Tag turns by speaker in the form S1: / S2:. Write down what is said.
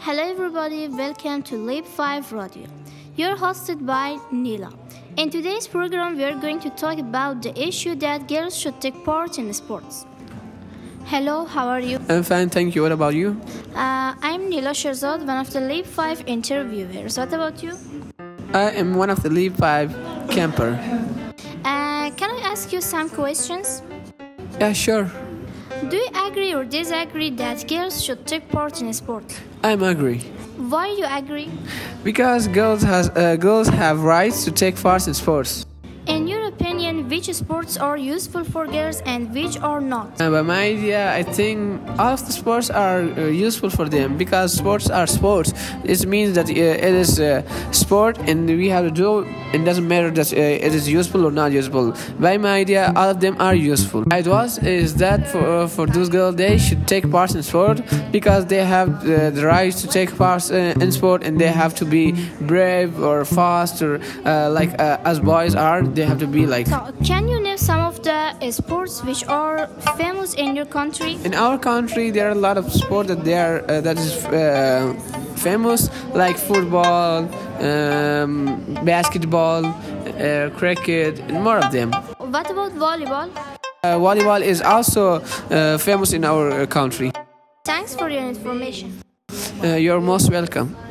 S1: Hello, everybody. Welcome to Leap 5 Radio. You're hosted by Nila. In today's program, we are going to talk about the issue that girls should take part in sports. Hello, how are you?
S2: I'm fine, thank you. What about you?
S1: Uh, I'm Nila Sherzod, one of the Leap 5 interviewers. What about you?
S2: I am one of the Leap 5 camper.
S1: Uh, can I ask you some questions?
S2: Yeah, sure.
S1: Do you agree or disagree that girls should take part in sports?
S2: I'm agree.
S1: Why you agree?
S2: Because girls has uh, girls have rights to take part in sports.
S1: In your opinion, which sports are useful for girls and which are not?
S2: Uh, by my idea, I think all of the sports are uh, useful for them because sports are sports. It means that uh, it is uh, sport and we have to do. It doesn't matter that uh, it is useful or not useful. By my idea, all of them are useful. My advice is that for uh, for those girls, they should take part in sport because they have uh, the right to take part uh, in sport and they have to be brave or fast or uh, like uh, as boys are. They have to be like.
S1: So, can you name some of the uh, sports which are famous in your country?
S2: in our country there are a lot of sport that they are uh, that is uh, famous like football um, basketball uh, cricket and more of them uh,
S1: What about volleyball?
S2: volleyball is also uh, famous in our uh, country
S1: Thanks for your information.
S2: uh, you're most welcome